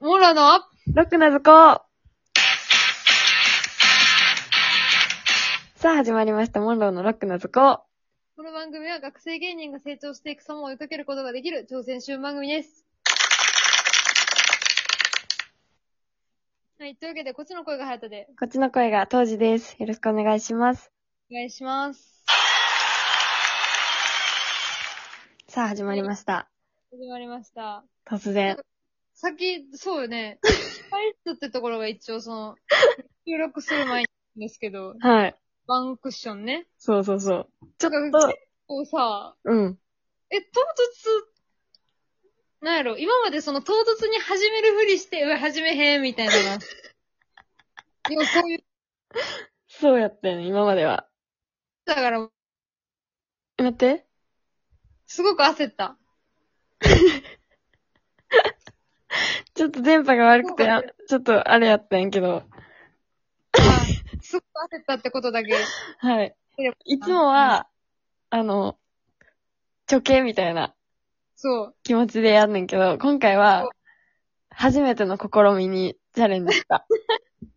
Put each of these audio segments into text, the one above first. モーラのロックな図工さあ始まりました、モンローのロックな図工。この番組は学生芸人が成長していく様を追いかけることができる挑戦集番組です。はい、というわけで、こっちの声が早田で、こっちの声が当時です。よろしくお願いします。お願いします。さあ始まりました。始まりました。突然。さっき、そうよね、パイットってところが一応その、収録する前にですけど、はい。ワンクッションね。そうそうそう。ちょっなんとか、こうさ、うん。え、唐突、なんやろ、今までその唐突に始めるふりして、うわ、始めへん、みたいな。 でもそういう、そうやったよね、今までは。だから、待って。すごく焦 った。ちょっと電波が悪くて、そうだあちょっとあれやったんやけど。はいすごく焦ったってことだけ。はい。でもいつもは、あの、ちょけみたいなそう。気持ちでやんねんけど、今回そうは、初めての試みにチャレンジした。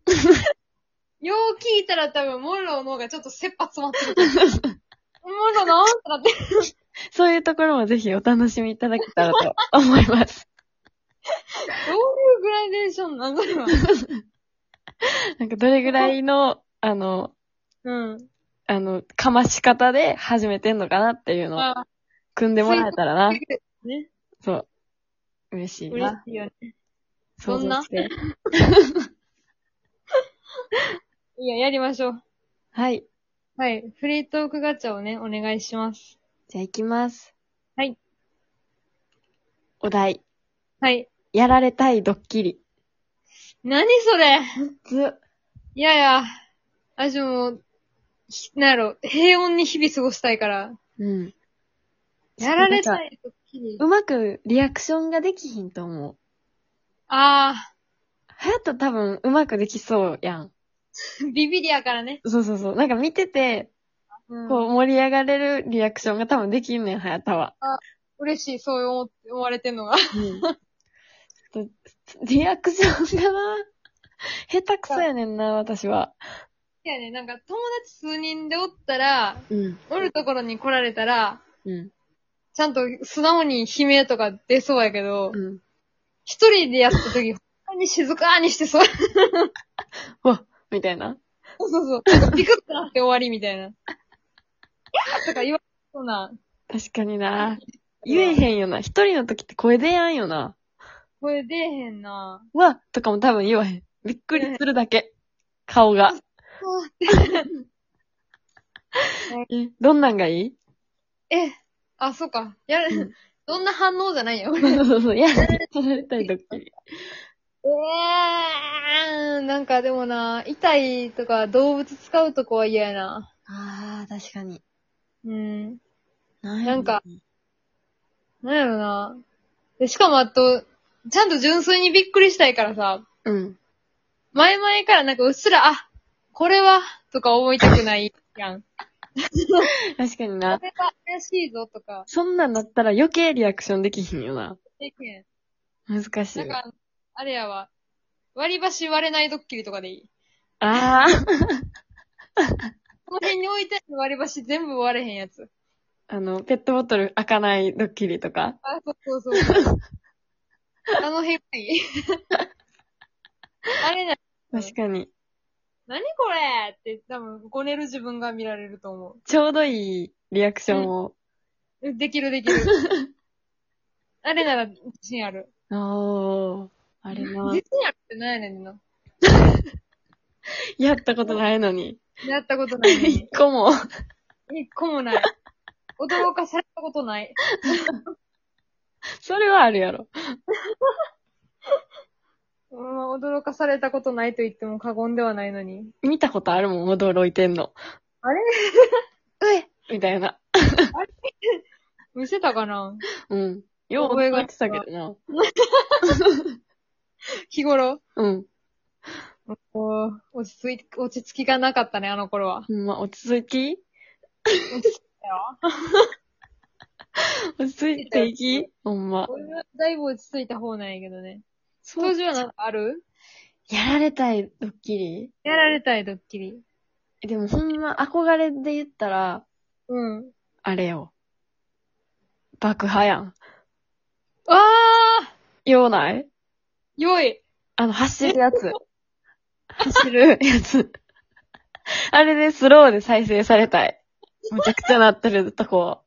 よう聞いたら多分、モンローの方がちょっと切羽詰まってる。 モンローなんってなって。そういうところもぜひお楽しみいただけたらと思います。 どういうグラデーションなんだろう。なんかどれぐらいの、あの、うん。あの、かまし方で始めてんのかなっていうのをあ、組んでもらえたらな。ね。そう。嬉しい嬉しな。いよね。想そんな像して。いや、やりましょう。はい。はい。フリートークガチャをね、お願いします。じゃあ行きます。はい。お題。はい。やられたいドッキリ。何それず、いやいや、あ、じもう、ひなんやろ、平穏に日々過ごしたいから。うん。やられたなんかいドッキリ。うまくリアクションができひんと思う。あはやと多分うまくできそうやん。ー、ビビりやからね。そうそうそう。なんか見てて、うん、こう盛り上がれるリアクションが多分できんねん、はやたは。嬉しい、そう思思われてんのが。 うん。リアクションがな、下手くそやねんな、私は。いやね、なんか友達数人でおったら、うん。おるところに来られたら、うん。ちゃんと素直に悲鳴とか出そうやけど、うん。一、人でやった時、ほんまに静かにしてそう。 わ、みたいな。そうそうそう。ピクッとなって終わりみたいな。 とか言われそうな。確かにな。言えへんよな。一人の時って声出やんよな。声出えへんな。わ、とかも多分言わへん。びっくりするだけ。顔が。えどんなんが いいえ、あ、そうか。やうるん、 どんな反応じゃ ないよ。えそうそうそう。やられたいドッキリ。ー、なんかでもな、痛いとか動物使うとこは嫌やな。あー、確かに。うん。ななんか、なんやろな。で、しかもあと、ちゃんと純粋にびっくりしたいからさ、うん。前々からなんかうっすら、あ、これは、とか思いたくないや ん。こ確かにな。れは怪しいぞとか、そんなんだったら余計リアクションできひんよな。できへん。難しいなんわ。か、あれやわ。割り箸割れないドッキリとかでいい。あー。 この辺に置いてある割り箸全部割れへんやつ。あの、ペットボトル開かないドッキリとか。あ、そうそうそう。あの辺がいい。あれだ。うん確かに。何これって多分、ごねる自分が見られると思ちょうどいいリアクションを。う。できるできる。あれなら自信ある。おー。あれな自。信あるってなんやねんな。やったことないのに。やったことないの一に。個も。一個もない。驚かされたことない。それはあるやろ。うん、驚かされたことないと言っても過言ではないのに。見たことあるもん、驚いてんの。あれうえみたいな。見せたかなうん。よう覚え覚がえてたけどな。日頃うん。こう落ち着い、落ち着きがなかったね、あの頃は。ほんま、落ち着き落ち着いたよ。 落ち着いていきほんま。俺はだいぶ落ち着いた方なんやけどね。そう登。場なんかあるやられたいドッキリやられたいドッキリ。えでもほんま憧れで言ったら、うん。あれよ。爆破やん。ああようない良いあの、走るやつ。走るやつ。あれでスローで再生されたい。むちゃくちゃなってるとこ。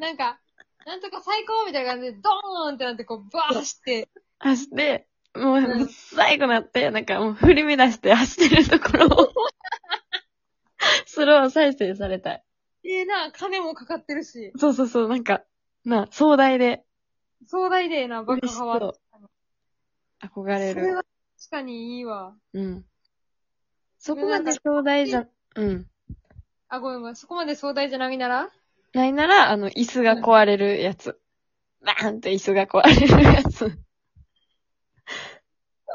なんか、なんとか最高みたいな感じで、ドーンってなって、こう、バーッ走って、走って、もう、んぶっ最後なって、なんかもう振り乱して走ってるところを、スロー再生されたい。ええな、金もかかってるし、そうそうそう、なんか、なあ、壮大で、壮大でええな、爆嬉し破そは。う。憧れそれる。は確かにいいわ。うん。そこまで壮大じゃ、うん。あ、ごめんごめん、そこまで壮大じゃないならないなら、あの、椅子が壊れるやつ。バーンって椅子が壊れるや つ。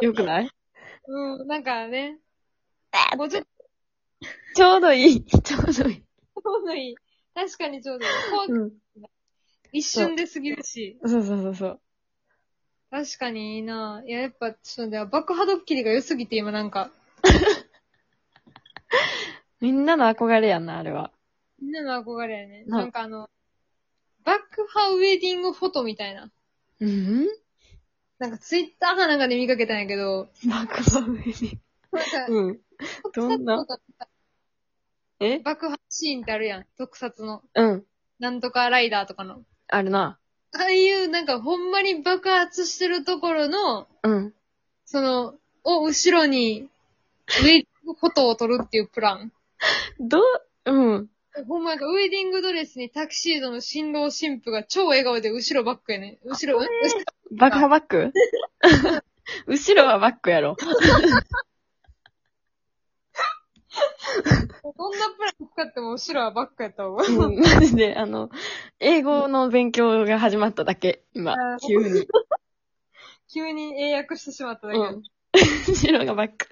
よくないうん、なんかね、もうちょっちょうどいい。ちょうどいい。とちょうどいい。確かにちょうどいい。こううん。一瞬で過ぎるし、そうそうそうそう。確かにいいな。いや、やっぱ、ちょっとね、爆破ドッキリが良すぎて今なんか、みんなの憧れやんな、あれは。みんなの憧れやね。ななんかあの、爆破ウェディングフォトみたいな。うんなんかツイッターかなんかで見かけたんやけ ど、爆破上に。なんか、うん。特撮とかえ爆破シーンってあるやん。特撮の。うん。なんとかライダーとかの。あるな。ああいう、なんかほんまに爆発してるところの、うん。その、を後ろに、ウェディングフォトを撮るっていうプラン。どう、うん。ほんまなんかウェディングドレスにタキシードの新郎新婦が超笑顔で後ろバックやね。後ろ、後ろ爆破バッ ク後ろはバックやろ。 どんなプラン使っても後ろはバックやったわ。うん、マジで、あの、英語の勉強が始まっただけ、今あ、ー急に。急に英訳してしまっただけ。うどん。後ろがバック。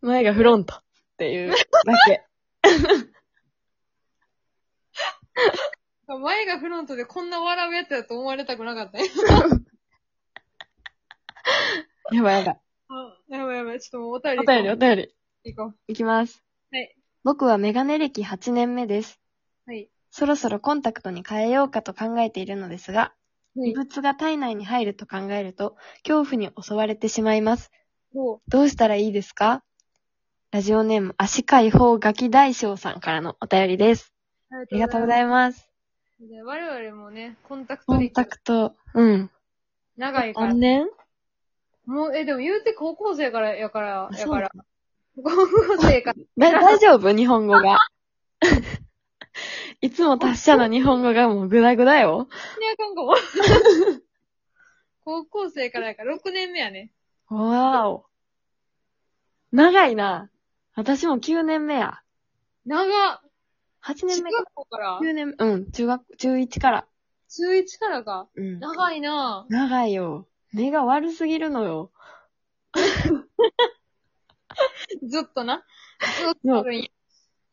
前がフロントっていうだけ。前がフロントでこんな笑うやつだと思われたくなかったね。 やばいやばい。やばいやばい、ちょっともうお便りお便りお便り。り。行こいきます。はい。僕はメガネ歴8年目です。う。はい。そろそろコンタクトに変えようかと考えているのですが、は異物が体内に入ると考えると、恐怖に襲われてしまいます。もどうしたらいいですかラジオネーム、足解放ガキ大将さんからのお便りです。う、あありがとうございいます。ます。で我々もね、コンタクコトン歴タクト、うん。長いから何。年もう、え、でも言うて高校生からやから、あやそうから。高校生 から。だ、大丈夫日本語が。 いつも達者の日本語がもうグダグダ本よ。当にあかんかも。高校生からやから、6年目やね。わーお。長いな。私も9年目や。長っ8中年目か。学校から9年目、うん、中学、中1から。中1からか。うん。長いなぁ。長いよ。目が悪すぎるのよ。ずっと な。ずっとあるんや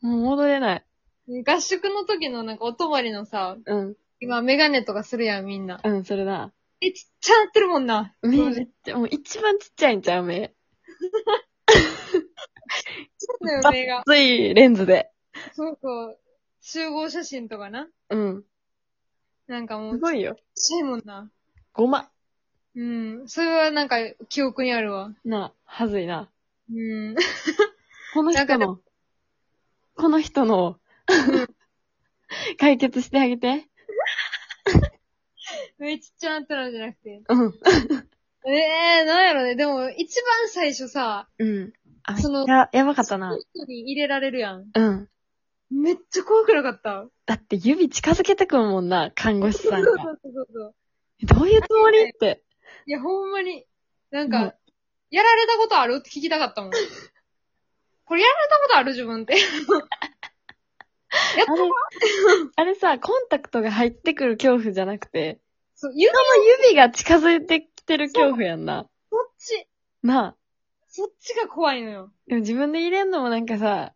もう戻れない。合宿の時のなんかお泊まりのさ、うん。今メガネとかするやんみんな。うん、それな。え、ちっちゃなってるもんな。目そうめっちゃ、もう一番ちっちゃいんちゃう目。そうだよ、目が。ついレンズで。そうそう。集合写真とかな。うん。なんかもう、すちっごいよ。ちゃいもんな。ごま。うん。それはなんか、記憶にあるわ。なあ、はずいな。うん。 このなんか人での、この人の、解決してあげて。目ちっちゃなってるんじゃなくて。うん。ええー、なんやろね。でも、一番最初さ、うん。あ、そのや、やばかったな。人に入れられるやん。うん。めっちゃ怖くなかった。だって指近づけてくるもんな、看護師そさんうが。そうそうそう。 どういうつもりって。いや、ほんまに、なんうかん、やられたことあるって聞きたかったも ん。これやられたことある自分って。やっあれ、あれさ、コンタクトが入ってくる恐怖じゃなくて、そう、指人の指が近づいてきてる恐怖やんな。そっち、なあ。そっちが怖いのよ。でも自分で入れんのもなんかさ、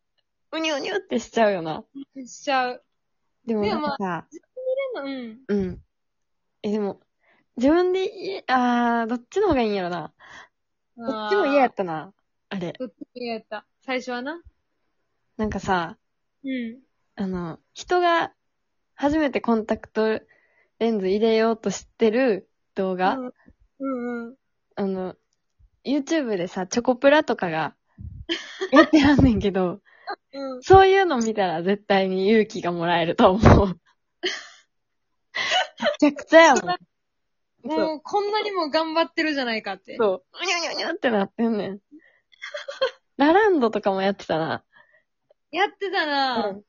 うにゅうにゅってしちゃうよな。しちゃう。でもいやなんかさ、入うん。うん。え、でも、自分で言え、あー、どっちの方がいいんやろな。どっちも嫌やっったな。あれ。た。どっちも嫌やった。最初はな。なんかさ、うん。あの、人が初めてコンタクトレンズ入れようとしてる動画、うんうんうん。あの、YouTube でさ、チョコプラとかが やってはんねんけど、うん。そういうの見たら絶対に勇気がもらえると思う。めちゃくちゃやもん。そうもう、こんなにも頑張ってるじゃないかって。そう。うにゃうにゃうにゃってなってんねん。ラランドとかもやってたな。やってたな、うん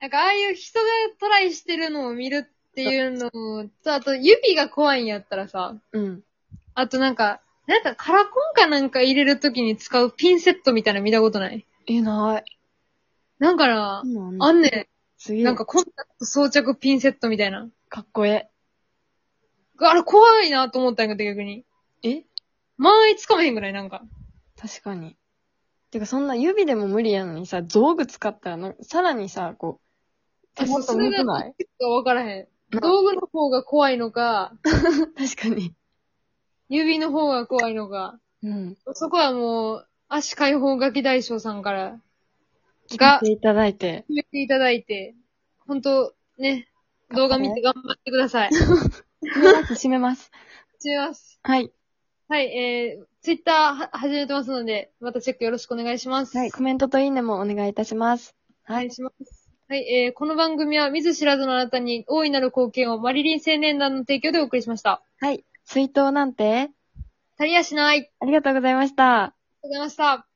なんか、ああいう人がトライしてるのを見るっていうのと、あと、指が怖いんやったらさ、うん。あとなんか、なんかカラコンかなんか入れるときに使うピンセットみたいなの見たことないえ、ない。なんかな、なんあんねすん。げえ。なんかコンタクト装着ピンセットみたいな。かっこえあれ怖いなと思ったんやけど逆に。え。え間合いつかめへんぐらいなんか。確かに。てか、そんな指でも無理やのにさ、道具使ったらな、さらにさ、こう、手元重くないわからへん。な道具の方が怖いのか、確かに。指の方が怖いのか。うん。そこはもう、足解放ガキ大将さんから、聞いが、ていただい て。決めていただいて、ほんと、ね、動画見て頑張ってくださ い。締めます、締めます。違います。はい。はい、えー、ツイッター始めてますので、またチェックよろしくお願いします。はい、コメントといいねもお願いいたします。お願いします。はい、えー、この番組は見ず知らずのあなたに大いなる貢献をマリリン青年団の提供でお送りしました。はい。水筒なんて、足りやしない。ありありがとうございました。がとうございました。